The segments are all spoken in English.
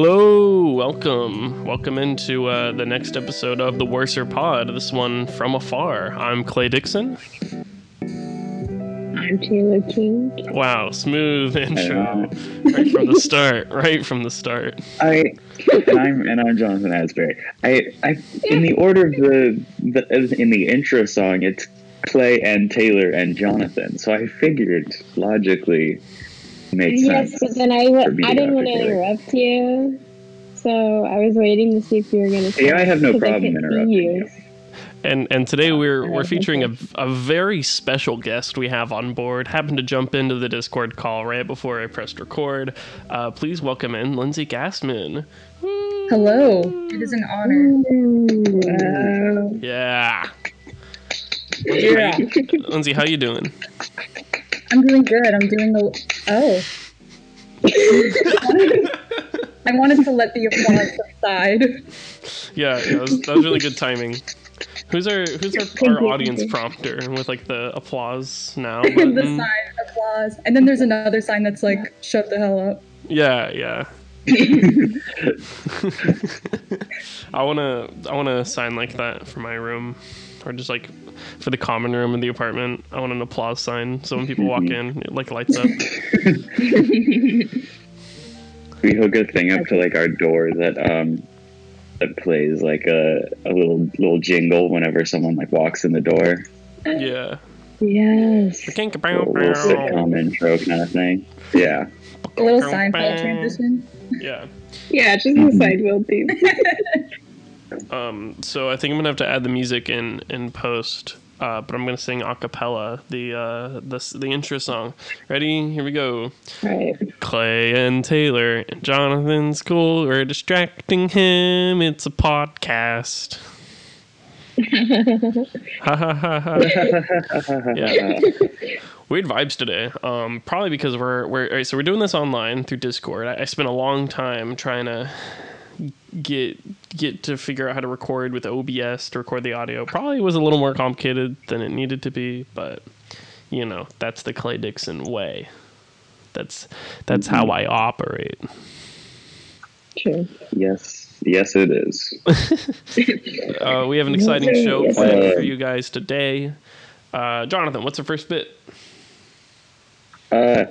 Hello, welcome. Welcome into uh, the next episode of the Worser Pod, this one from afar. I'm Clay Dixon. I'm Taylor King. Wow, smooth intro. Right from the start. Right from the start. I and I'm and I'm Jonathan Asbury. I, I in the order of the, the in the intro song, it's Clay and Taylor and Jonathan. So I figured logically makes Yes, sense. but then I, w- me I didn't after want to Taylor. interrupt you, so I was waiting to see if you were going to. say Yeah, I have no because problem couldn't see interrupting you. And and today we're we're featuring a, a very special guest we have on board. Happened to jump into the Discord call right before I pressed record. Uh, please welcome in Lindsay Gassman. Hello. It is an honor. Hmm, Ooh, Yeah. Yeah. Lindsay, how you doing? I'm doing good. I'm doing the. Oh. I wanted to let the applause subside. Yeah, yeah, that was, that was really good timing. Who's our who's our, our audience prompter with like the applause now mm, the button? sign applause. And then there's another sign that's like, shut the hell up. Yeah, yeah. I wanna I wanna sign like that for my room, or just like for the common room in the apartment. I want an applause sign so when people walk in, it like lights up. We hook a thing up to like our door that um that plays like a, a little little jingle whenever someone like walks in the door. Yeah. yes. Kink A little sitcom intro kind of thing. Yeah. A little Seinfeld transition. Yeah. Yeah, just the Mhm. side wheel theme. Um, so I think I'm gonna have to add the music in in post, uh, but I'm gonna sing a cappella the uh, the s- the intro song. Ready? Here we go. Right. Clay and Taylor and Jonathan's cool. We're distracting him. It's a podcast. ha ha ha ha. yeah. Weird vibes today. Um, probably because we're we're all right, so we're doing this online through Discord. I, I spent a long time trying to get get to figure out how to record with OBS to record the audio. Probably was a little more complicated than it needed to be, but you know that's the Clay Dixon way. That's that's how I operate. True. Yes. Yes it is. Uh, we have an exciting show Yes, planned sir. for you guys today. Uh, Jonathan, what's the first bit? Uh,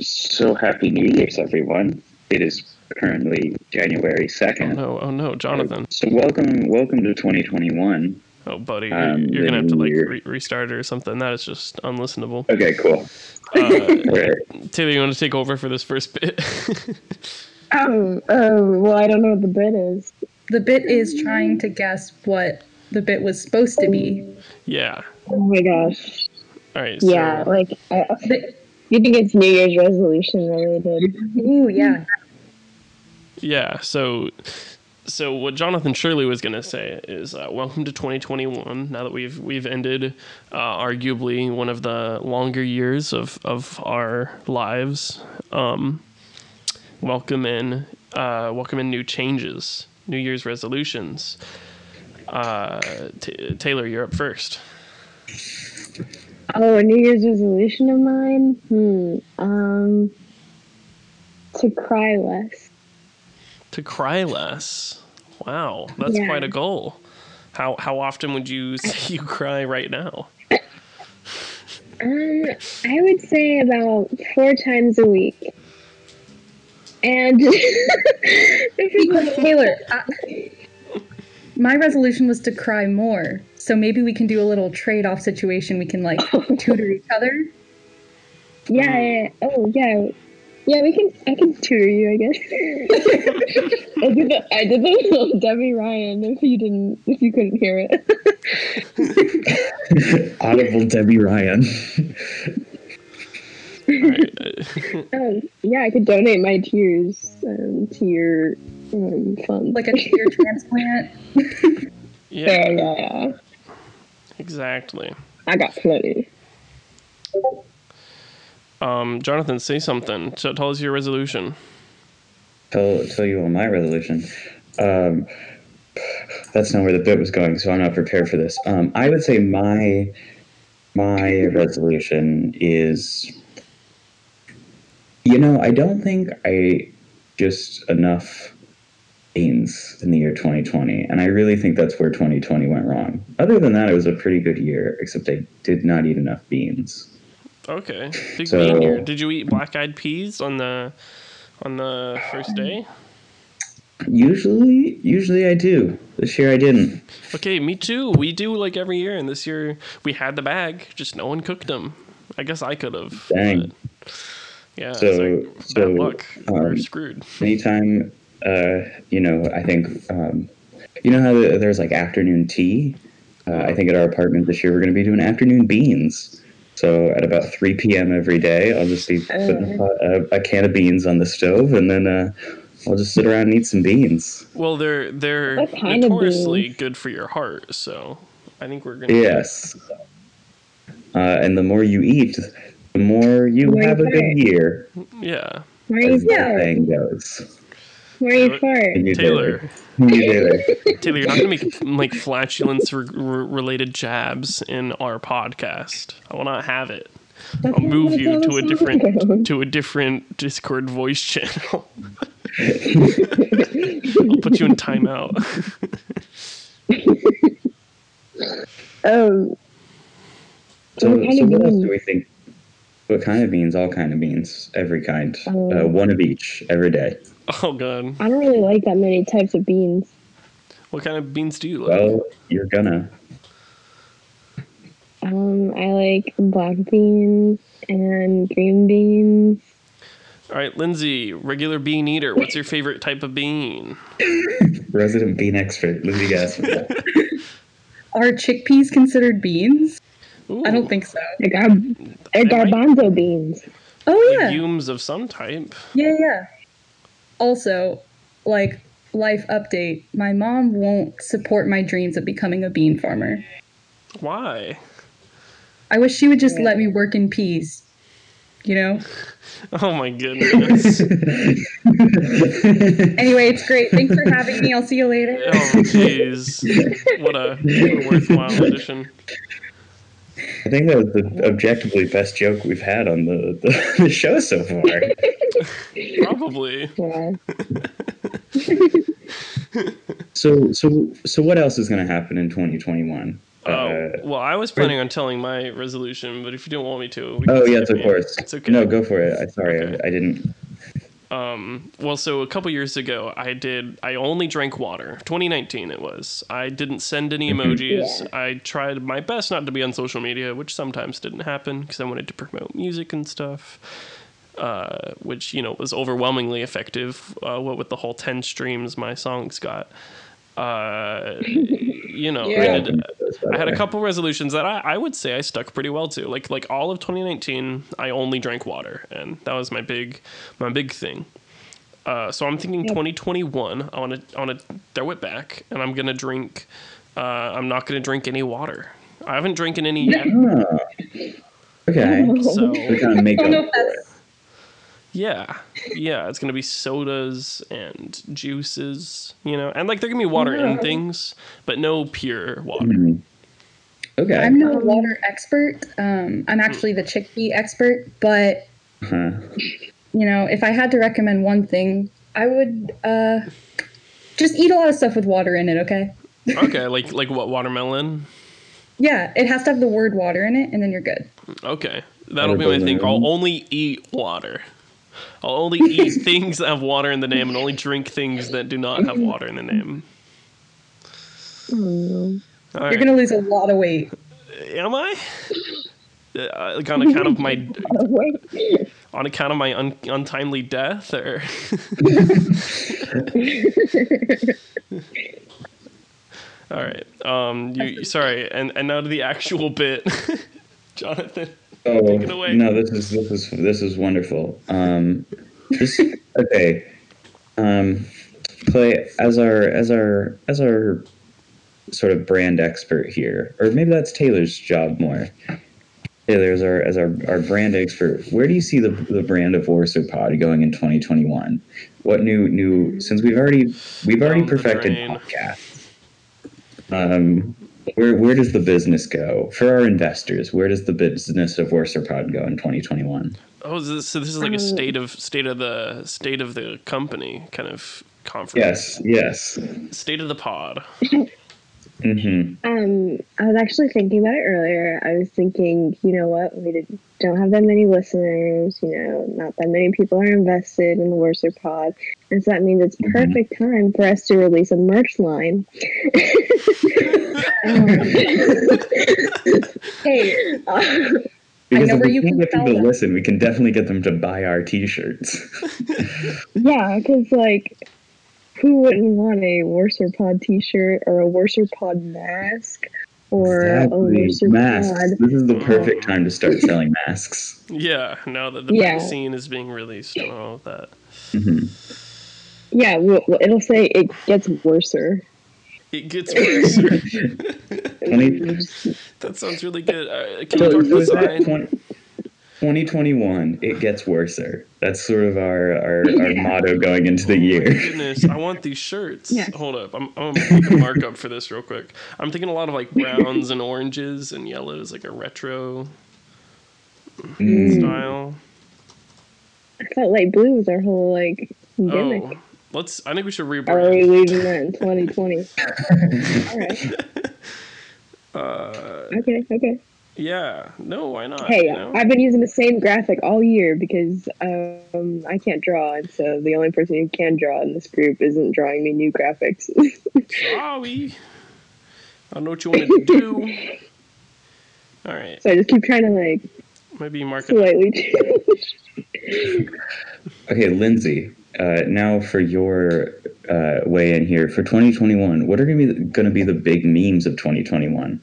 so happy New Year's, everyone! It is currently January second. No, oh no, Jonathan. So welcome, welcome to 2021. Oh, buddy, Um, you're, you're gonna have to like weird. re- restart it or something. That is just unlistenable. Okay, cool. Uh, Alright. Taylor, you want to take over for this first bit? Oh, oh, well, I don't know what the bit is. The bit is trying to guess what the bit was supposed to be. yeah. Oh my gosh. All right. So, Yeah, like, I, The- you think it's New Year's resolution related? ooh, yeah. Yeah. So, so what Jonathan Shirley was gonna say is, uh, welcome to 2021. Now that we've we've ended, uh, arguably one of the longer years of of our lives. Um, welcome in, uh, welcome in new changes, New Year's resolutions. Uh, t- Taylor, you're up first. Oh, a New Year's resolution of mine? Hmm. Um, to cry less. To cry less. Wow, that's Yeah. quite a goal. How how often would you say you cry right now? Um, I would say about four times a week. And Taylor, uh, I- my resolution was to cry more. So maybe we can do a little trade off situation. We can like tutor each other. yeah, yeah, oh yeah, yeah. We can. I can tutor you, I guess. I did the I did the little Debbie Ryan. If you didn't, if you couldn't hear it. Audible Debbie Ryan. All right. uh, Um, yeah, I could donate my tears um, to your um, fund. Like a tear transplant. yeah, Yeah, yeah, yeah. exactly. I got plenty. Um, Jonathan, say something. T- tell us your resolution. Tell, tell you all my resolution. Um, that's not where the bit was going, so I'm not prepared for this. Um, I would say my my resolution is, you know, I don't think I just enough gains in the year 2020. And I really think that's where 2020 went wrong. Other than that, it was a pretty good year, except I did not eat enough beans. Okay. Big So- bean here. Did you eat black-eyed peas on the on the first day? Usually, usually I do. This year I didn't. Okay, me too. We do like every year, and this year we had the bag, just no one cooked them. I guess I could have. Dang. Yeah. So- it's like, so, bad luck. We're um, screwed. Anytime, uh, you know, I think, um, you know how the, there's like afternoon tea? Uh, I think at our apartment this year we're going to be doing afternoon beans. So at about 3 p.m. every day, I'll just be putting Oh. a, pot- a, a can of beans on the stove and then uh, I'll just sit around and eat some beans. Well, they're they're What kind of notoriously beans? good for your heart, so I think we're gonna. Yes. Uh, and the more you eat, the more you More you have a good fart. year, Yeah. Where are as you the fart? saying goes. Where are you Taylor- fart? You Taylor, do it. You do it. Taylor, you're not gonna make like flatulence re- re- related jabs in our podcast. I will not have it. I'll move you to a different to a different Discord voice channel. I'll put you in timeout. Um, So, What kind so of what else beans? do we think? What kind of beans? All kind of beans, every kind, Um, Oh. uh, one of each, every day. Oh god, I don't really like that many types of beans. what kind of beans do you like? Well, you're gonna. Um, I like black beans and green beans. All right, Lindsay, regular bean eater. What's your favorite type of bean? Resident bean expert, Lizzie Gassman. Are chickpeas considered beans? Ooh, I don't think so. Like gar- uh, garbanzo beans. Oh yeah. legumes of some type. Yeah, yeah. Also, like life update, my mom won't support my dreams of becoming a bean farmer. Why? I wish she would just let me work in peas. You know? Oh my goodness. Anyway, it's great. Thanks for having me. I'll see you later. Oh jeez. What a, what a worthwhile addition. I think that was the objectively best joke we've had on the, the, the show so far. Probably. Yeah. so, so, so, what else is going to happen in 2021? Oh, Uh, well, I was planning on telling my resolution, but if you don't want me to, we oh can yes, skip of it. course. It's okay. No, go for it. I sorry, Okay. I, I didn't. Um, well, so a couple years ago, I did. I only drank water. 2019, it was. I didn't send any emojis. I tried my best not to be on social media, which sometimes didn't happen because I wanted to promote music and stuff. Uh, which you know was overwhelmingly effective. Uh, what with the whole 10 streams my songs got. Uh, you know, Yeah. I, did, I had a couple resolutions that I, I would say I stuck pretty well to. Like like all of 2019, I only drank water, and that was my big my big thing. Uh, so I'm thinking 2021. I want to I want to throw it back, and I'm gonna drink. Uh, I'm not gonna drink any water. I haven't drinking any yet, Oh. Okay. so We're gonna make I don't know up if for it. that's yeah, yeah. It's gonna be sodas and juices, you know, and like they're gonna be water in things, but no pure water. Mm-hmm. Mhm. Okay. I'm no water expert. Um, I'm actually the chickpea expert, but Huh. you know, if I had to recommend one thing, I would uh, just eat a lot of stuff with water in it, okay? Okay, like like what watermelon? Yeah, it has to have the word water in it, and then you're good. Okay, that'll be my thing. I'll only eat water. I'll only eat things that have water in the name, and only drink things that do not have water in the name. Mm. All right. You're gonna lose a lot of weight. Am I? Uh, like on account of my on account of my un- untimely death, or all right. Um, you sorry, and and now to the actual bit, Jonathan. Oh it away. no, this is this is this is wonderful. Um, this, okay, um, play as our as our as our sort of brand expert here, or maybe that's Taylor's job more. Taylor, as our as our, our brand expert, where do you see the the brand of Warsaw Pod going in 2021? What new new since we've already we've already Down the perfected drain. podcasts. Um, where where does the business go for our investors? Where does the business of Worcester Pod go in 2021? Oh, is this, so this is like a state of state of the state of the company kind of conference. Yes, yes. State of the pod. hmm Um, I was actually thinking about it earlier. I was thinking, you know what, we did, don't have that many listeners. You know, not that many people are invested in the Worcester Pod, and so that means it's perfect time for us to release a merch line. Hey, Uh, Because know if where we you can't can get sell people to them. listen, we can definitely get them to buy our T-shirts. yeah, because like, who wouldn't want a Worcester Pod T-shirt or a Worcester Pod mask or oh, a Worcester masks. Pod? This is the perfect time to start selling masks. Yeah, now that the Yeah. vaccine is being released and all of that. Mhm. Yeah, well, it'll say it gets worser. It gets worse. Twenty- that sounds really good. Uh, can so we talk it was design? that 20 2021. It gets worser. That's sort of our our, our motto going into the Oh year. my goodness, I want these shirts. Yeah. Hold up, I'm, I'm gonna make a markup for this real quick. I'm thinking a lot of like browns and oranges and yellows, like a retro Mm. style. I thought light blue was our whole like gimmick. Oh, let's. I think we should Are we rebrand. leaving that in 2020? All right. Uh, okay. Okay. Yeah. Uh, No, why not? Hey, you know? I've been using the same graphic all year because um, I can't draw, and so the only person who can draw in this group isn't drawing me new graphics. Sorry. I don't know what you want to do. All right, so I just keep trying to like maybe mark it. slightly change. Okay, Lindsay. Uh, now for your uh, way in here for 2021. What are going to be going to be the big memes of 2021?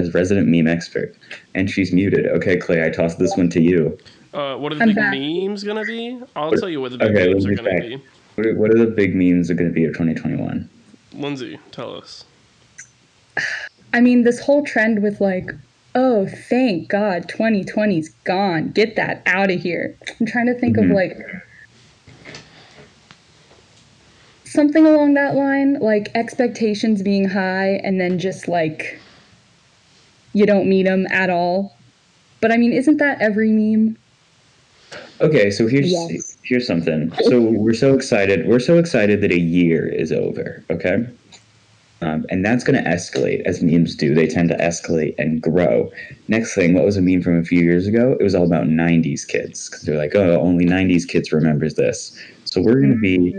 As resident meme expert, and she's muted. Okay, Clay, I tossed this one to you. Uh, what are the I'm big back. memes gonna be? I'll tell you what the big Okay, memes are Lindsay's gonna back. be. What are, what are the big memes that are going to be of 2021? Lindsay, tell us. I mean, this whole trend with like, oh, thank God 2020's gone. Get that out of here. I'm trying to think of like something along that line, like expectations being high and then just like you don't meet them at all. But I mean, isn't that every meme? Okay, so here's Yes. here's something. So we're so excited. We're so excited that a year is over. Okay, um, and that's going to escalate as memes do. They tend to escalate and grow. Next thing, what was a meme from a few years ago? It was all about '90s kids because they're like, oh, only '90s kids remembers this. So we're going to be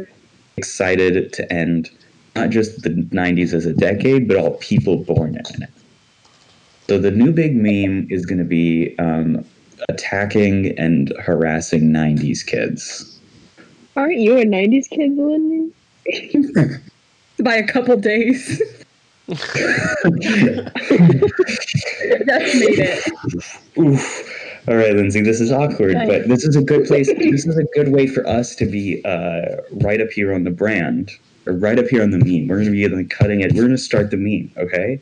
excited to end not just the '90s as a decade, but all people born in it. So the new big meme is going to be um, attacking and harassing 90s kids. Aren't you a 90s kid, Lindy? By a couple days. That's made it. Oof. All right, Lindsay, this is awkward, Right. but this is a good place. this is a good way for us to be uh, right up here on the brand or right up here on the meme. We're going to be on the cutting edge. We're going to start the meme, okay?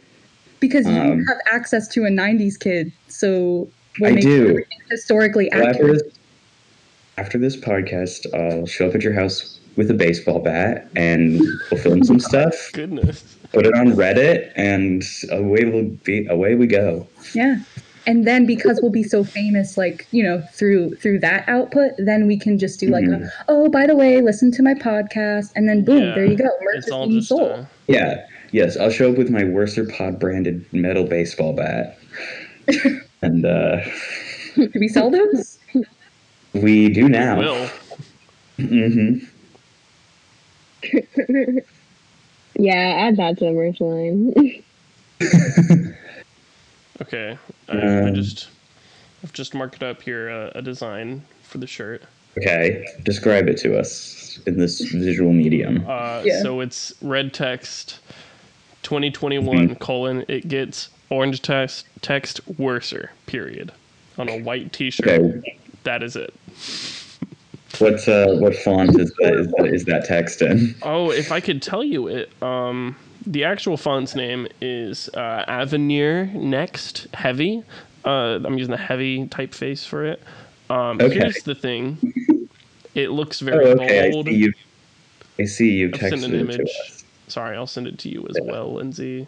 Because you Um, have access to a 90s kid, so I make do. everything historically Well, after, accurate. this, after this podcast, I'll show up at your house with a baseball bat and we'll film some stuff, Goodness. put it on Reddit, and away we'll be away we go. Yeah. And then because we'll be so famous, like, you know, through through that output, then we can just do like, Mhm. a, oh, by the way, listen to my podcast. And then boom, Yeah. there you go. Merch It's is all being just. sold. Uh, Yeah. Yes, I'll show up with my Worcester Pod branded metal baseball bat. and uh, Do we sell those? we do now. Will. Mm-hmm. Yeah, add that to the merch line. Okay. I, I Um, just I've just marked up here uh, a design for the shirt. Okay. Describe it to us in this visual medium. Uh, Yeah. So it's red text, Mm-hmm. 2021 colon it gets orange text text worser period on a white T-shirt. Okay. That is it. What's uh, what font is that, is that is that text in? Oh, if I could tell you it. Um, the actual font's name is uh, Avenir Next Heavy. Uh, I'm using the heavy typeface for it. Um, Okay. Here's the thing. It looks Oh, very okay. I bold. see you. I see you I'll send texted an it to image. us. Sorry, I'll send it to you as well, Lindsay.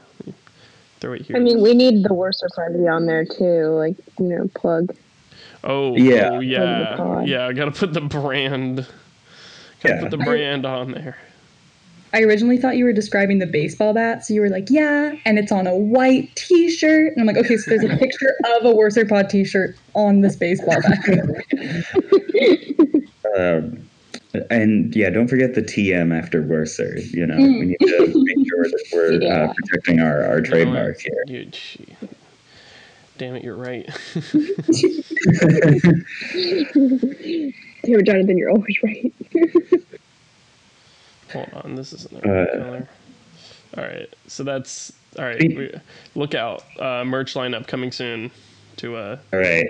Throw it here. I mean, we need the worser part to be on there too. Like, you know, plug. oh Yeah. oh, Put it yeah, on. yeah. I gotta put the brand. Gotta Yeah. put the brand on there. I originally thought you were describing the baseball bat, so you were like, yeah, and it's on a white t shirt. And I'm like, okay, so there's a picture of a Worcester Pod t shirt on this baseball bat. Um, and yeah, don't forget the TM after Worser. You know, we need to make sure that we're uh, Yeah. protecting our, You our know what? trademark here. You, gee. Damn it, you're right. Here, Jonathan, you're always right. Hold on, this is another Uh, color. All right, so that's all right. Speak- We, look out, uh, merch lineup coming soon to a All right.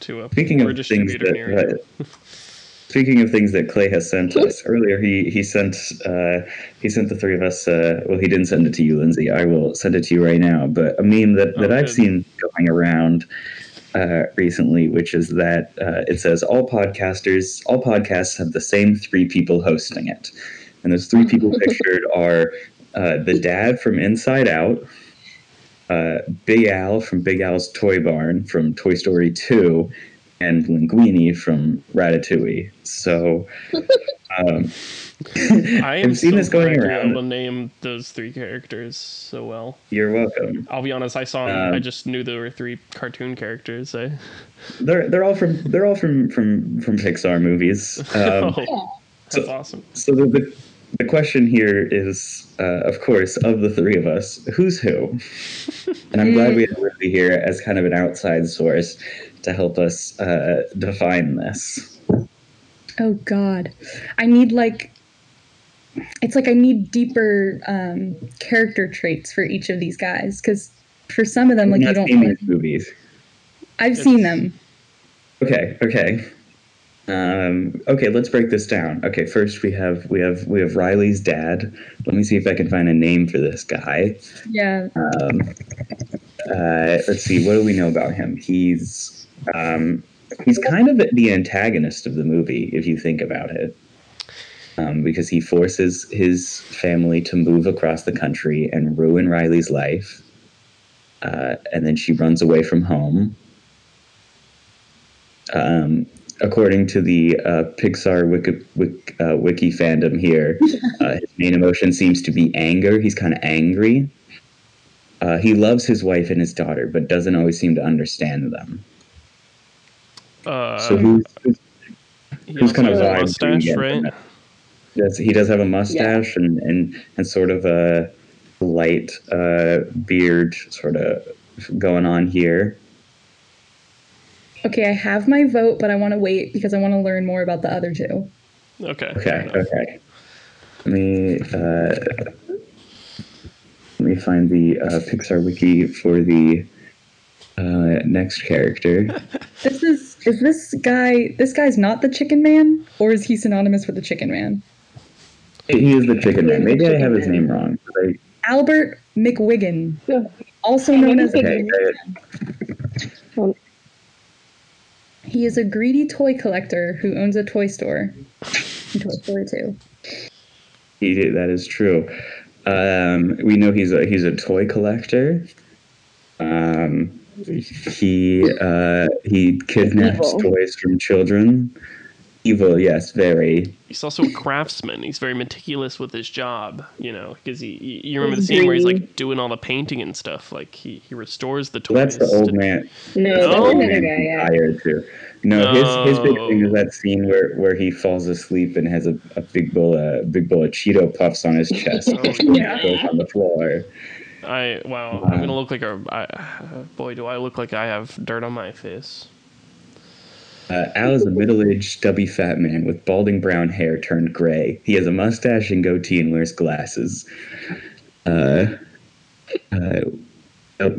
to a Speaking or of things distributor near you. that, uh, speaking of things that Clay has sent us earlier, he he sent uh, he sent the three of us. Uh, well, he didn't send it to you, Lindsay. I will send it to you right now. But a meme that, that Oh, I've good. seen going around uh, recently, which is that uh, it says all podcasters, all podcasts have the same three people hosting it, and those three people pictured are uh, the dad from Inside Out. Uh, Big Al from Big Al's Toy Barn from Toy Story 2, and Linguini from Ratatouille. So um, I I've am seen so this going glad you're able to around. name those three characters so well. you're welcome. I'll be honest, I saw. 'em, Um, I just knew there were three cartoon characters. I, They're they're all from they're all from from from Pixar movies. Um, oh, that's awesome. So the, the the question here is, uh, of course, of the three of us, who's who? And I'm glad we have Ruby here as kind of an outside source to help us uh, define this. oh, God. I need, like, it's like I need deeper um, character traits for each of these guys because for some of them, like, you Not don't. seeing these movies. I've seen them. Okay, okay. Um, okay, let's break this down. Okay, first we have we have we have Riley's dad. Let me see if I can find a name for this guy. Yeah. Uh, let's see, what do we know about him? He's um, he's kind of the antagonist of the movie if you think about it. Um, because he forces his family to move across the country and ruin Riley's life. Uh, and then she runs away from home. Um, according to the uh, Pixar wiki, wiki, uh, wiki fandom here, uh, his main emotion seems to be anger. He's kind of angry. Uh, he loves his wife and his daughter, but doesn't always seem to understand them. Uh, So who's, who's, he who's also kind has of a vibe do you mustache, get right? from that? does, he does have a mustache and, and, and sort of a light uh, beard sort of going on here. Okay, I have my vote, but I want to wait because I want to learn more about the other two. Okay. fair Okay, enough. okay. Let me uh, let me find the uh, Pixar wiki for the uh, next character. This is is this guy this guy's not the chicken man or is he synonymous with the chicken man? he is the Chicken Man. Maybe I have his name wrong. Right? Albert McWiggin, No. also known as Okay, uh, Well, he is a greedy toy collector who owns a toy store. in Toy Story 2. He did, that is true. Um, we know he's a he's a toy collector. Um, he uh, he kidnaps Evil. toys from children. Evil, yes, very. He's also a craftsman. He's very meticulous with his job, you know, because he, he- you remember the scene where he's like doing all the painting and stuff. Like he, he restores the toys. Well, that's the old to- man. no, Oh. that's Old another man guy. Yeah. tired too. No, his his big No. thing is that scene where, where he falls asleep and has a, a big bowl of big bowl of Cheeto puffs on his chest. Oh, which when he yeah. goes on the floor. I wow, I'm gonna look like a I, boy. Do I look like I have dirt on my face? Uh, Al is a middle-aged, stubby fat man with balding brown hair turned gray. He has a mustache and goatee and wears glasses. Uh, uh, uh,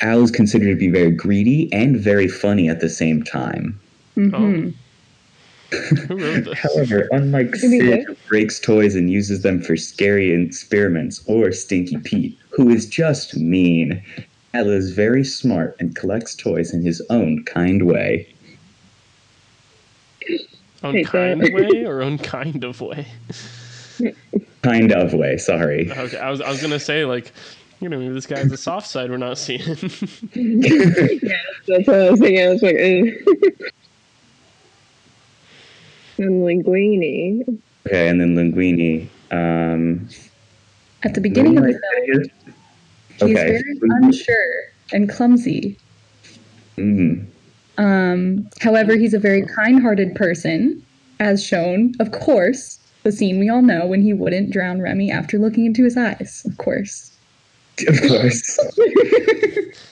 Al is considered to be very greedy and very funny at the same time. Mhm. Who wrote this? However, unlike Maybe Sid, who breaks toys and uses them for scary experiments, or Stinky Pete, who is just mean, Al is very smart and collects toys in his own kind way. Unkind way or unkind of way? Kind of way, sorry. Okay, I was I was gonna say like You know, maybe this guy's the soft side we're not seeing. yeah, that's what I was thinking. I was like, eh. and linguini. Okay, and then Linguini. Um, At the beginning of the Moonlight film, Days? he's okay. very unsure and clumsy. Mhm. Um, however, he's a very kind-hearted person, as shown, of course, the scene we all know when he wouldn't drown Remy after looking into his eyes. Of course, Of course.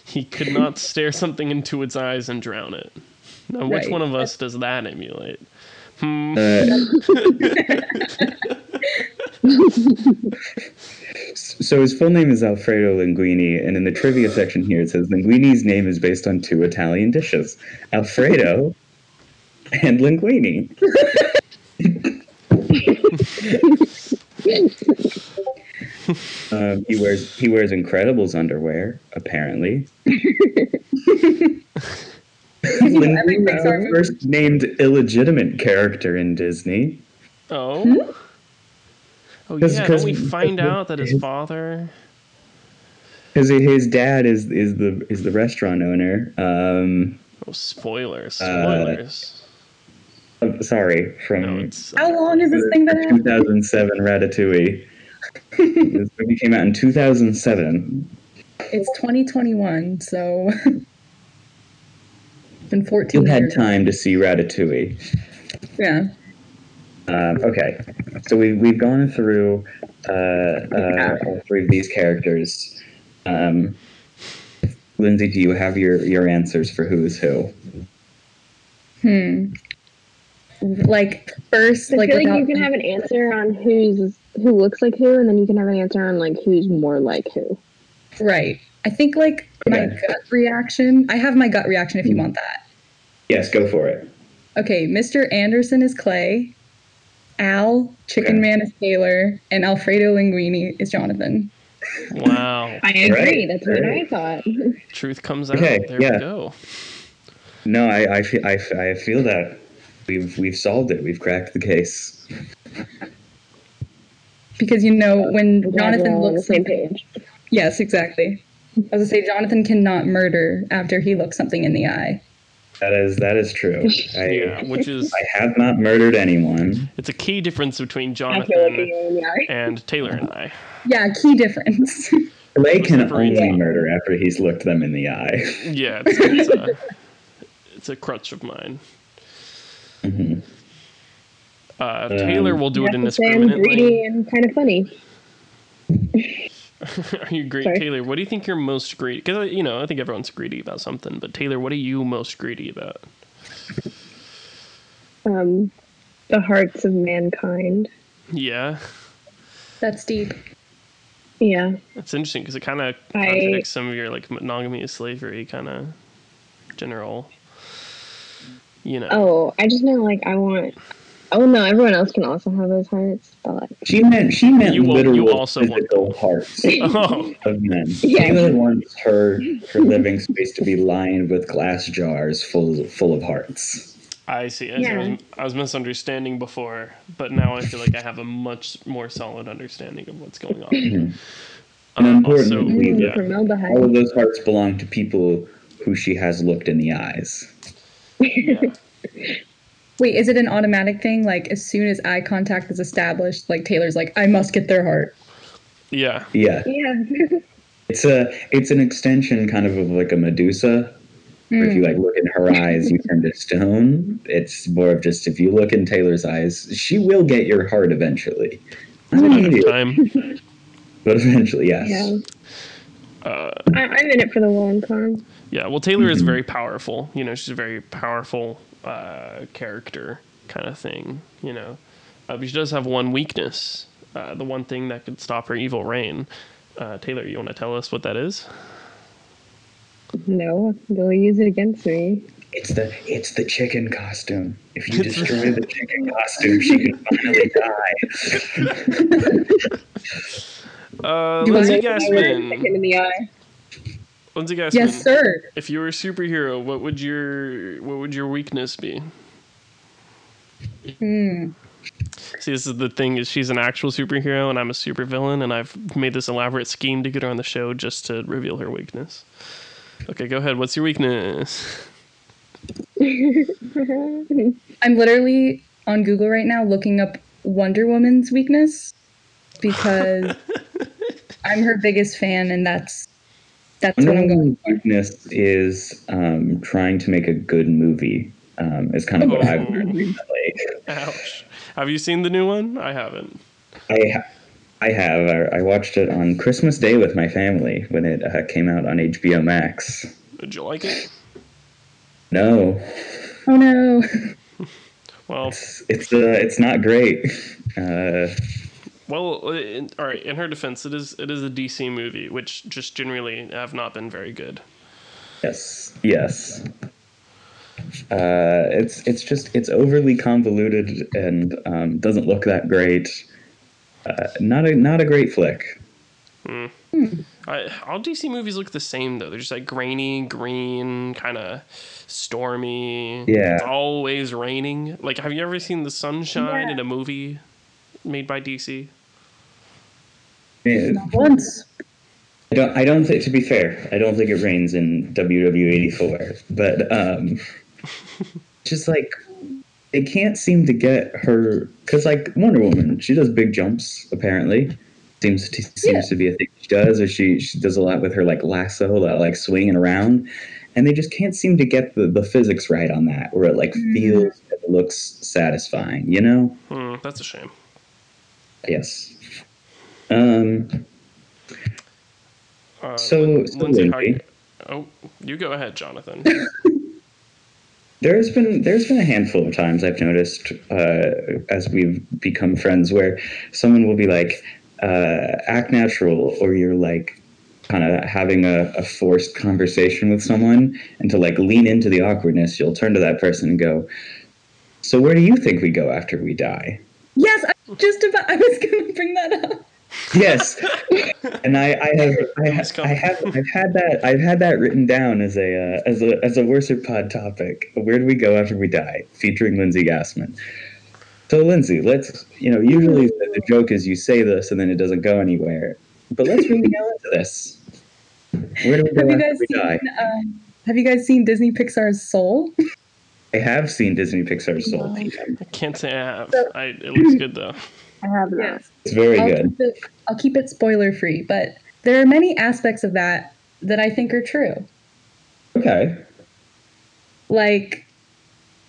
he could not stare something into its eyes and drown it. Now, which Right. one of us does that emulate? Hmm. Uh, so his full name is Alfredo Linguini, and in the trivia section here it says Linguini's name is based on two Italian dishes, Alfredo and Linguini. um, he wears he wears Incredibles underwear, apparently. every Linguini is Pixar the movie. first named illegitimate character in Disney. Hmm? Oh. Oh 'Cause- yeah, don't 'cause- we find 'cause- out that his father? Because his dad is is the is the restaurant owner. Um, Oh, spoilers! Spoilers! uh, sorry, from no, it's how long has this thing been? happening? 2007 Ratatouille. this movie came out in 2007. It's 2021, so it's been 14 You had years. time to see Ratatouille. Yeah. Um, okay, so we we've gone through uh, uh, all three of these characters. Um, Lindsay, do you have your your answers for who's who? Hmm. Like first, I like, feel without- like you can have an answer on who's who looks like who, and then you can have an answer on like who's more like who. right. I think like my Okay. gut reaction. I have my gut reaction if Hmm. you want that. Yes, go for it. Okay, Mr. Anderson is Clay, Al Chicken Okay. Man is Taylor, and Alfredo Linguini is Jonathan. uh, wow. I agree, That's what what I I thought. Truth comes out. Okay, there yeah. we go. No, I, I, fe- I, f- I feel that we've we've solved it. We've cracked the case. Because you know when Jonathan Jonathan on the looks same page. Yes, exactly. I was gonna say Jonathan cannot murder after he looks something in the eye. That is that is true. I Yeah, which is I have not murdered anyone. it's a key difference between I feel like Jonathan you and I. and Taylor and I. Yeah, key difference. Clay can Separate only them. murder after he's looked them in the eye. Yeah, it's, it's a it's a crutch of mine. Mm-hmm. Mhm. Uh, Taylor will do it have to say I'm indiscriminately. greedy and kind of funny. Are you great, Sorry. Taylor? What do you think you're most greedy? Because you know, I think everyone's greedy about something. But Taylor, what are you most greedy about? Um, the hearts of mankind. Yeah, That's deep. Yeah. that's interesting because it kind of I- contradicts some of your like monogamy is slavery kind of general. You know. Oh, I just meant like I want. Oh no, everyone else can also have those hearts, but She meant she meant You al- you literal also want- physical hearts Oh, of men. Yeah. Taylor wants her her living space to be lined with glass jars full full of hearts. I see. I, Yeah. was, I was misunderstanding before, but now I feel like I have a much more solid understanding of what's going on. Uh, And importantly, also- we- Mm, yeah. All formaldehyde. of those hearts belong to people who she has looked in the eyes. Yeah. Wait, is it an automatic thing? Like as soon as eye contact is established, like Taylor's like, I must get their heart. Yeah. Yeah. Yeah. It's a it's an extension kind of of like a Medusa. where If you like look in her eyes, you turn to stone. It's more of just if you look in Taylor's eyes, she will get your heart eventually. Hmm. Not immediately, Time. but eventually, yes. Yeah. I, I'm in it for the long con. Yeah. Well, Taylor is very powerful. You know, she's a very powerful uh, character kind of thing. You know, uh, but she does have one weakness. Uh, the one thing that could stop her evil reign. Uh, Taylor, you want to tell us what that is? No, they'll use it against me. It's the it's the chicken costume. If you destroy the chicken costume, she can finally die. Uh, You Lindsay want to- I would look Gassman. him in the eye. Lindsay Gassman. Yes, sir. If you were a superhero, what would your what would your weakness be? Hmm. See, this is the thing is she's an actual superhero and I'm a supervillain, and I've made this elaborate scheme to get her on the show just to reveal her weakness. Okay, go ahead. What's your weakness? I'm literally on Google right now looking up Wonder Woman's weakness because I'm her biggest fan, and that's that's what Wonder I'm going. Woman's weakness is um, trying to make a good movie. Um, is kind of what I've learned recently. Ouch. Have you seen the new one? I haven't. I, ha- I have. I, I watched it on Christmas Day with my family when it uh, came out on HBO Max. Did you like it? No, Oh no! Well, it's it's, uh, it's not great. Uh, well. In, all right. In her defense, it is it is a DC movie, which just generally have not been very good. yes, yes. Uh, it's it's just it's overly convoluted and um, doesn't look that great. Uh, not a not a great flick. I, all DC movies look the same though. They're just like grainy, green, kind of stormy. Yeah. It's always raining. Like, have you ever seen the sunshine in a movie made by DC? It- Once I don't. I don't think. To be fair, I don't think it rains in WW eighty four. But um, just like they can't seem to get her because like Wonder Woman, she does big jumps. Apparently, seems to seems Yeah. to be a thing she does, or she she does a lot with her like lasso, that like swinging around, and they just can't seem to get the the physics right on that, where it like feels and looks satisfying. You know. Hmm, that's a shame. Yes. Um. Uh, So, so Lindsay, how Lindsay. you, oh, you go ahead, Jonathan. There's been there's been a handful of times I've noticed uh, as we've become friends where someone will be like, uh, "Act natural," or you're like, kind of having a, a forced conversation with someone, and to like lean into the awkwardness, you'll turn to that person and go, "So where do you think we go after we die?" yes, I was just about I was gonna bring that up. Yes, and I, I have I, ha- It's coming. I have I've had that I've had that written down as a uh, as a as a worser pod topic. Where do we go after we die? Featuring Lindsay Gassman. So Lindsay, let's you know usually the, the joke is you say this and then it doesn't go anywhere. But let's really go into this. Where do we go Have you after guys we die? seen? Um, have you guys seen Disney Pixar's Soul? I have seen Disney Pixar's Soul. I can't say I have. I, it looks good though. I have not. Yes. It's very I'll good. keep it, I'll keep it spoiler free, but there are many aspects of that that I think are true. Okay. Like,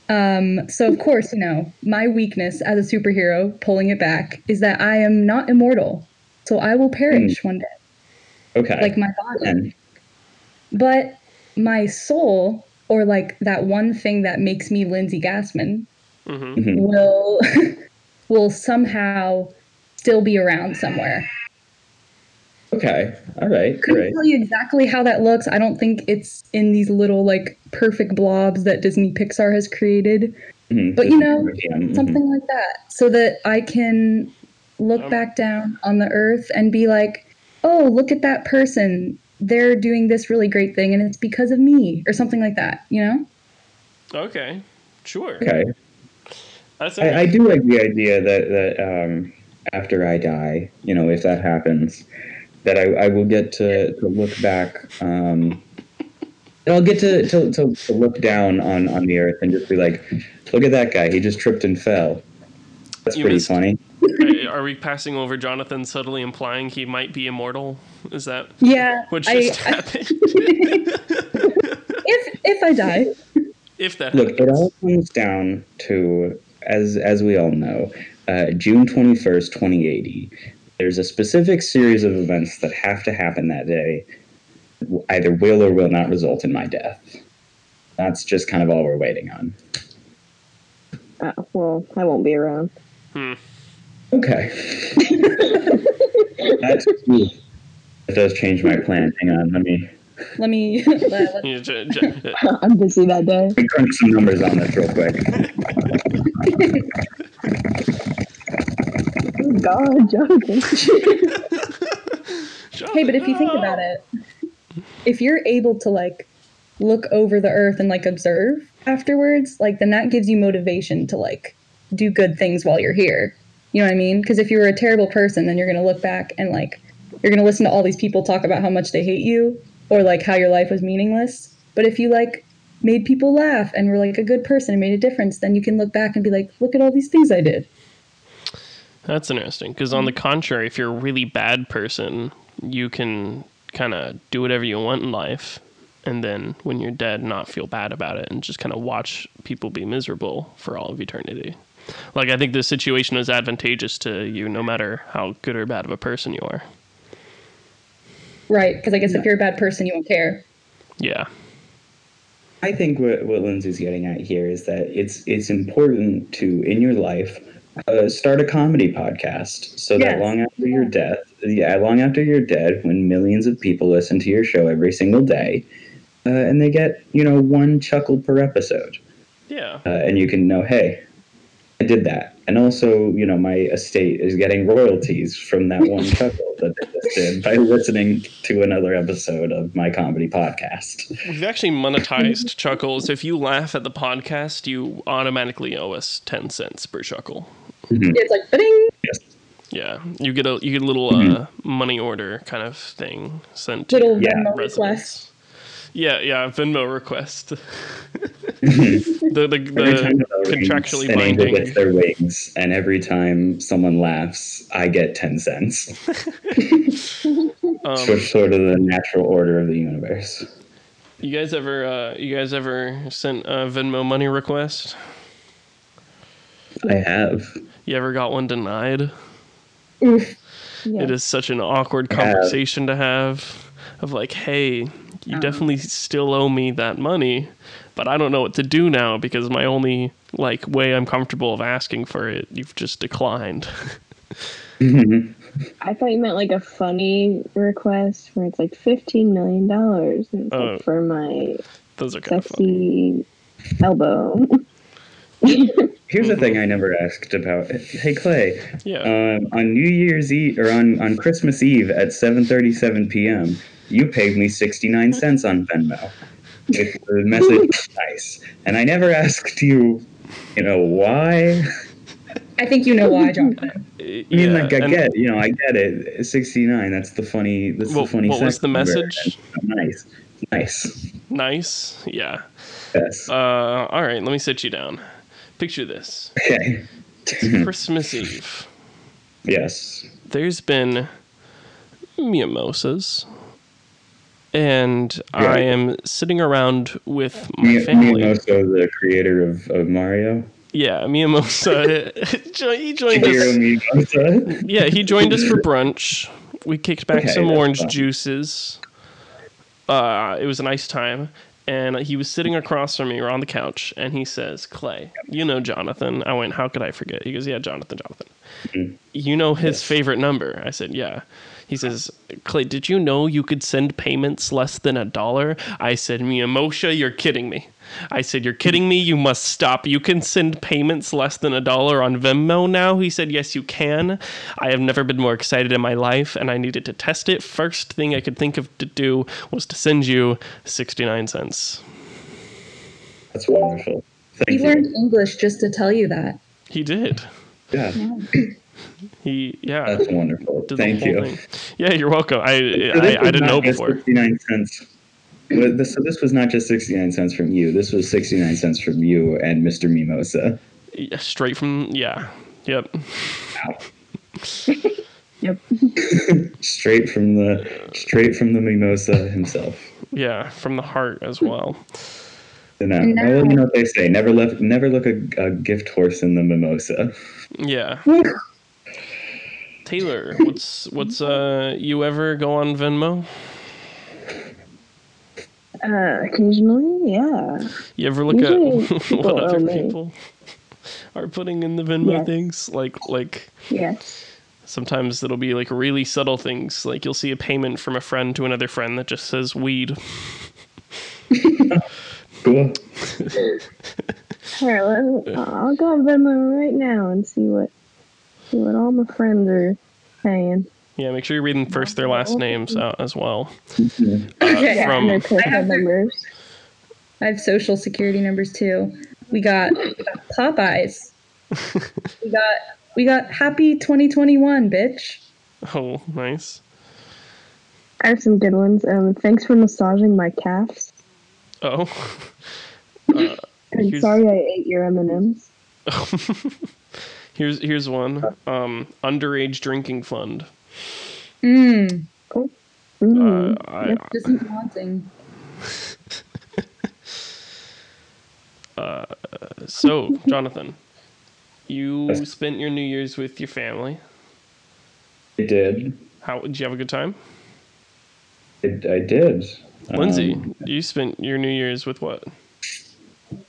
um, so of course, you know, my weakness as a superhero, pulling it back, is that I am not immortal. So I will perish one day, Okay. like my body. And- But my soul, or like that one thing that makes me Lindsay Gassman, hmm mhm. will will somehow still be around somewhere. Okay. All right. couldn't Great. tell you exactly how that looks. I don't think it's in these little like perfect blobs that Disney Pixar has created, Mhm. but you know, Yeah, mhm. something like that, so that I can look Um, back down on the earth and be like, "Oh, look at that person. They're doing this really great thing and it's because of me," or something like that, you know? Okay, sure. Okay. That's all I, I right. do like the idea that that um, after I die, you know, if that happens, that I, I will get to, to look back. Um, and I'll get to, to, to, to look down on, on the earth and just be like, look at that guy. He just tripped and fell. That's You pretty missed- funny. Uh, Are we passing over Jonathan subtly implying he might be immortal? Is that Yeah. what I, just happened? if if I die, if that Look, it happens. all comes down to, as, as we all know, uh, June 21st, 2080. There's a specific series of events that have to happen that day, w- either will or will not result in my death. That's just kind of all we're waiting on. Uh, well, I won't be around. Okay. That's me. It does change my plan. Hang on, let me, let me let- let- Yeah, J- J- I'm busy that day. let me crunch some numbers on this real quick. Oh, God, Jonathan. Oh, Hey, but if you think about it, if you're able to like look over the earth and like observe afterwards, like then that gives you motivation to like do good things while you're here. You know what I mean? Because if you were a terrible person, then you're going to look back and like, you're going to listen to all these people talk about how much they hate you or like how your life was meaningless. But if you like made people laugh and were like a good person and made a difference, then you can look back and be like, look at all these things I did. That's interesting. Because on the contrary, if you're a really bad person, you can kind of do whatever you want in life, and then when you're dead, not feel bad about it, and just kind of watch people be miserable for all of eternity. Like I think the situation is advantageous to you, no matter how good or bad of a person you are. Right. Because I guess if you're a bad person, you won't care. Yeah. I think what, what Lindsay's getting at here is that it's it's important to in your life uh, start a comedy podcast so that Yes. long after your death, yeah, long after you're dead, when millions of people listen to your show every single day, uh, and they get you know one chuckle per episode, Yeah. uh, and you can know, hey, I did that, and also you know my estate is getting royalties from that one chuckle that they just did by listening to another episode of my comedy podcast. We've actually monetized chuckles. If you laugh at the podcast, you automatically owe us ten cents per chuckle. It's like, ba-ding. Yes. Yeah, you get a you get a little Mm-hmm. uh, money order kind of thing sent to Little your Yeah. Venmo residence. request. Yeah, yeah, Venmo request. the the, Mm-hmm. Every time the the rings, contractually an angel binding. gets their wings, and every time someone laughs, I get ten cents. So Um, sort of the natural order of the universe. you guys ever uh, you guys ever sent a Venmo money request? I have. You ever got one denied? Oof. Yeah. It is such an awkward Yeah. conversation to have of like, hey, you definitely still owe me that money, but I don't know what to do now because my only like way I'm comfortable of asking for it, you've just declined. I thought you meant like a funny request where it's like fifteen million dollars and it's Oh. like for my Those are kind of fun. sexy elbow. Here's the thing I never asked about. Hey Clay, Yeah. um, on New Year's Eve or on, on Christmas Eve at 7:37 p.m., you paid me 69 cents on Venmo. With the message nice, and I never asked you, you know why. I think you know why, Jonathan. I I mean, like I get, you know, I get it. Sixty-nine. That's the funny. That's What- the funny. what was sex the number. message? Nice, nice. Nice. Yeah. Yes. Uh, all right, let me sit you down. Picture this. okay. It's Christmas Eve. Yes. There's been mimosas. And Yeah. I am sitting around with my Mi- family. Miyamoto, the creator of, of Mario. Yeah, Miyamosa. jo- he joined Hiro us. Miyamoto. Yeah, he joined us for brunch. We kicked back Okay, some that's orange fun. juices. Uh, it was a nice time. And he was sitting across from me, we're on the couch, and he says, Clay, you know Jonathan. I went, How could I forget? He goes, Yeah, Jonathan, Jonathan. You know his favorite number. I said, Yeah. He says, Clay, did you know you could send payments less than a dollar? I said, Miyamosha, you're kidding me. I said, You're kidding me. You must stop. You can send payments less than a dollar on Venmo now. He said, Yes, you can. I have never been more excited in my life, and I needed to test it. First thing I could think of to do was to send you 69 cents. That's wonderful. He Thank learned you. English just to tell you that. He did. Yeah, He, yeah. that's wonderful. did the Uh, Thank whole you. thing. Yeah, you're welcome. I, So I, this I was didn't not know just before. 69 cents. Well, this- So this was not just 69 cents from you. This was 69 cents from you and Mr. Mimosa. Yeah, Straight from, yeah. Yep. Yep. Straight from the straight from the mimosa himself. Yeah, from the heart as well. And now, And now- well, you know what they say: never left, never look a, a gift horse in the mimosa. Yeah. Taylor, what's what's uh you ever go on Venmo? Uh, occasionally, yeah. You ever look Usually at people what other owe me. people are putting in the Venmo Yes. things? Like like Yes. sometimes it'll be like really subtle things. Like you'll see a payment from a friend to another friend that just says weed. Cool. Here, let, I'll go on Venmo right now and see what see what all my friends are saying. Yeah, make sure you're reading first their last names out as well. Uh, Okay. Yeah. From- and their credit card numbers. I have social security numbers too. We got Popeyes, We got we got happy 2021, bitch. Oh, nice. I have some good ones. Um, thanks for massaging my calves. Oh. I'm Here's- sorry I ate your M&Ms. Here's here's one. Um, underage drinking fund. Mm, Mm. Uh, I, that's just haunting. so, Jonathan, you Yes. spent your New Year's with your family. I did. How did you have a good time, I, I did. Lindsay? Um, You spent your New Year's with what?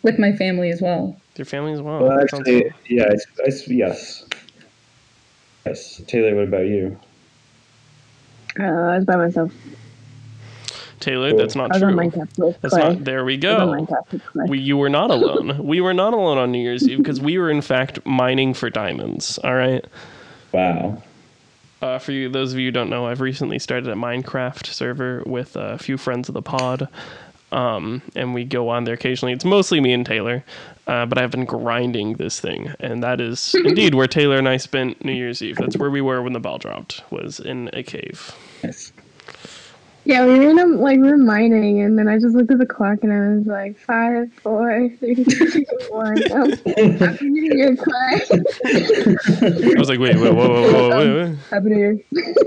With my family as well. Your family as well. well, That sounds actually, cool. yeah. I, I, yes. Yes. Taylor, what about you? Uh, I was by myself. Taylor, cool. that's not I was on true. Minecraft with That's Clay. not. There we I was go. on Minecraft with Clay. We, you were not alone. we were not alone on New Year's Eve because we were in fact mining for diamonds. All right. Wow. Uh, for you, those of you who don't know, I've recently started a Minecraft server with a few friends of the pod, um, and we go on there occasionally. It's mostly me and Taylor, uh, but I've been grinding this thing, and that is indeed where Taylor and I spent New Year's Eve. That's where we were when the ball dropped. Was in a cave. Nice. Yeah, we were in a, like we were mining, and then I just looked at the clock and I was like, five, four, three, two, one. Oh, happy New Year, Clay. I was like, wait, wait, whoa, whoa, whoa, whoa, wait, happy New Year. wait.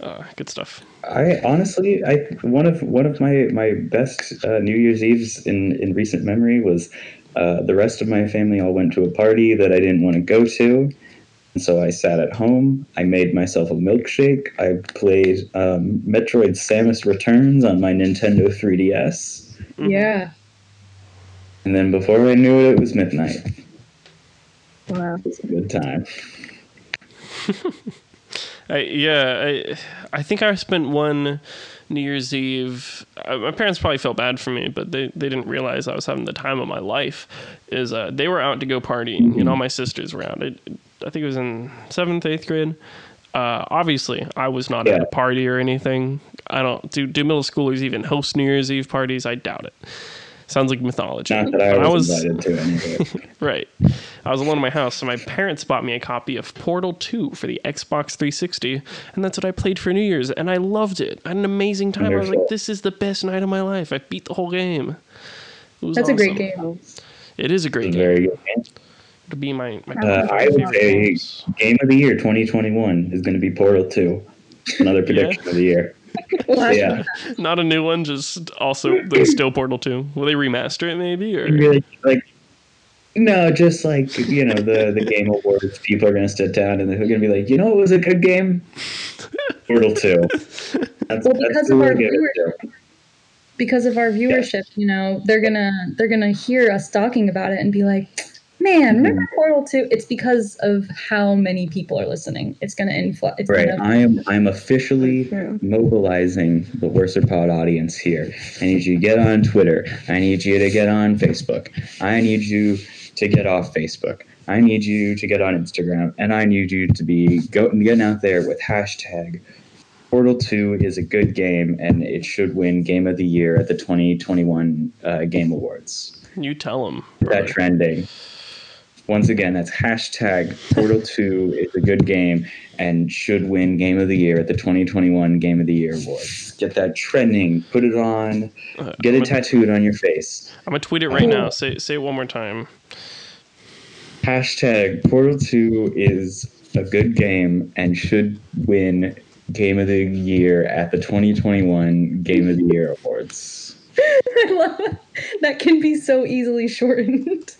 Uh, good stuff. I honestly, I one of one of my my best uh, New Year's Eves in in recent memory was uh, the rest of my family all went to a party that I didn't want to go to, and so I sat at home. I made myself a milkshake. I played um, Metroid: Samus Returns on my Nintendo 3DS, Mhm. Yeah. and then before I knew it, it was midnight. It Wow. was a good time. I, yeah, I, I think I spent one New Year's Eve. Uh, my parents probably felt bad for me, but they, they didn't realize I was having the time of my life. Is uh, they were out to go partying, and all Mm-hmm. my sisters were out. It, I think it was in seventh, eighth grade. Uh, obviously, I was not at Yeah. a party or anything. I don't do do middle schoolers even host New Year's Eve parties. I doubt it. Sounds like mythology. Not that I But was, invited to anyway. Right. I was alone in my house, so my parents bought me a copy of Portal 2 for the Xbox 360, and that's what I played for New Year's, and I loved it. I had an amazing time. I was Wonderful. like, this is the best night of my life. I beat the whole game. It was That's a great awesome. game. It is a It great was game. very good. game. It'll be my, my Uh, top I five would favorite say- games. Game of the year 2021 is going to be Portal 2. Another prediction of the year. yeah. Not a new one, just also like still Portal 2. Will they remaster it maybe? Or Really, like, no, just like, you know, the, the game awards, people are going to sit down and they're going to be like, you know, it was a good game? Portal 2. That's, Well, because of who our we'll give it viewership, to. because of our viewership, you know, they're gonna they're gonna hear us talking about it and be like, "Man, remember Mm-hmm. Portal 2? It's because of how many people are listening. It's gonna influx. It's Right. gonna, I am I'm officially Yeah. mobilizing the Worcester Pod audience here. I need you to get on Twitter. I need you to get on Facebook. I need you to get off Facebook. I need you to get on Instagram. And I need you to be go, getting out there with hashtag Portal 2 is a good game and it should win Game of the Year at the 2021 uh, Game Awards. you tell them. That trending. Once again, that's hashtag Portal 2 is a good game and should win Game of the Year at the 2021 Game of the Year Awards. Get that trending, put it on, get it tattooed on your face. Uh, I'm going to tweet it right now. Say, say it one more time. Hashtag Portal 2 is a good game and should win Game of the Year at the 2021 Game of the Year Awards. I love it. that can be so easily shortened.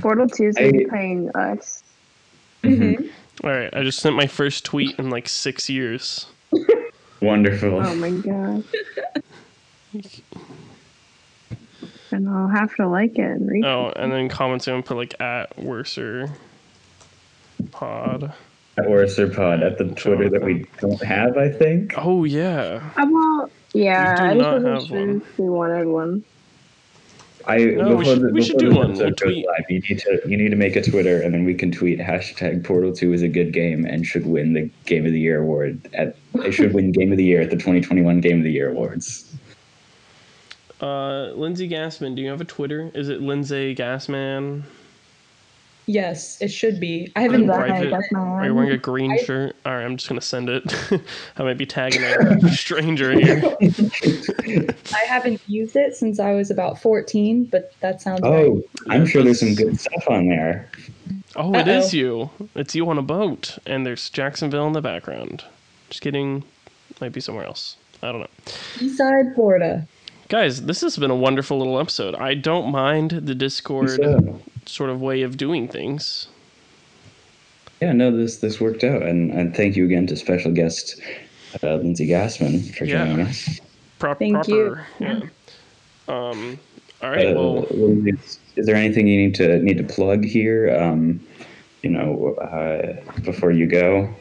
Portal 2 is I- playing us. Mm-hmm. All right, I just sent my first tweet in like six years. Wonderful. Oh my god. and I'll have to like it and read Oh, and then comments and put like at Worser Pod. At Worcester Pod, at the Twitter that we don't have, I think. Oh yeah, it. Uh, well, yeah, We do I not just have wasn't sure one. if we wanted one. I No, we should- we should do this one. episode We'll goes tweet. Live, you need to you need to make a Twitter, and then we can tweet hashtag Portal Two is a good game and should win the Game of the Year award. At it should win Game of the Year at the 2021 Game of the Year awards. Uh, Lindsay Gassman, do you have a Twitter? Is it Lindsay Gassman? Yes, it should be. I Is it haven't. Right. private? that's my Are you one. wearing a green I- shirt? All right, I'm just gonna send it. I might be tagging a stranger here. I haven't used it since I was about fourteen, but that sounds. Oh, right. I'm sure there's some good stuff on there. Oh, it is Uh-oh. you. It's you on a boat, and there's Jacksonville in the background. Just kidding. Might be somewhere else. I don't know. Eastside, Florida. Guys, this has been a wonderful little episode. I don't mind the Discord So, sort of way of doing things. yeah, no, this this worked out, and, and thank you again to special guest uh, Lindsay Gassman for Yeah. joining us. Pro- Thank you. proper. Yeah. Um. All right. Uh, Well. Lindsay, is, is there anything you need to need to plug here? Um, you know, uh, before you go.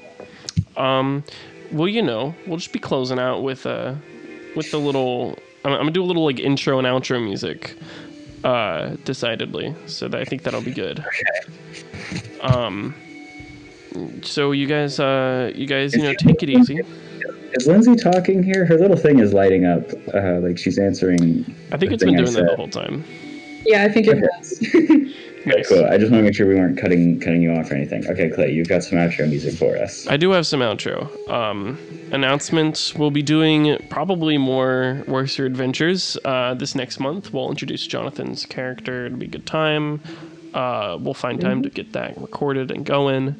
Um, well, you know, we'll just be closing out with uh, with the little. I'm, I'm gonna do a little like intro and outro music, uh, decidedly. So that, I think that'll be good. Um, so you guys, uh, you guys, you know, take it easy. Is Lindsay talking here? Her little thing is lighting up, uh, like she's answering. I think it's been doing that the whole time. Yeah, I think it was. Nice. Cool. I just want to make sure we weren't cutting cutting you off or anything. Okay, Clay, you've got some outro music for us. I do have some outro um, announcements. We'll be doing probably more Worcester Adventures uh, this next month. We'll introduce Jonathan's character. It'll be a good time. Uh, we'll find time to get that recorded and going.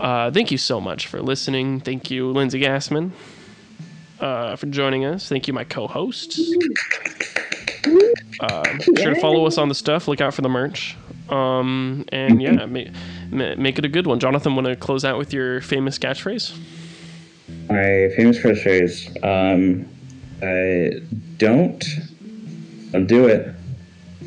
Uh, thank you so much for listening. Thank you, Lindsay Gassman, uh, for joining us. Thank you, my co hosts. Uh, be sure to follow us on the stuff. Look out for the merch. Um, and yeah, ma- ma- make it a good one. Jonathan, want to close out with your famous catchphrase? My famous press phrase. Um, I don't. Don't do it.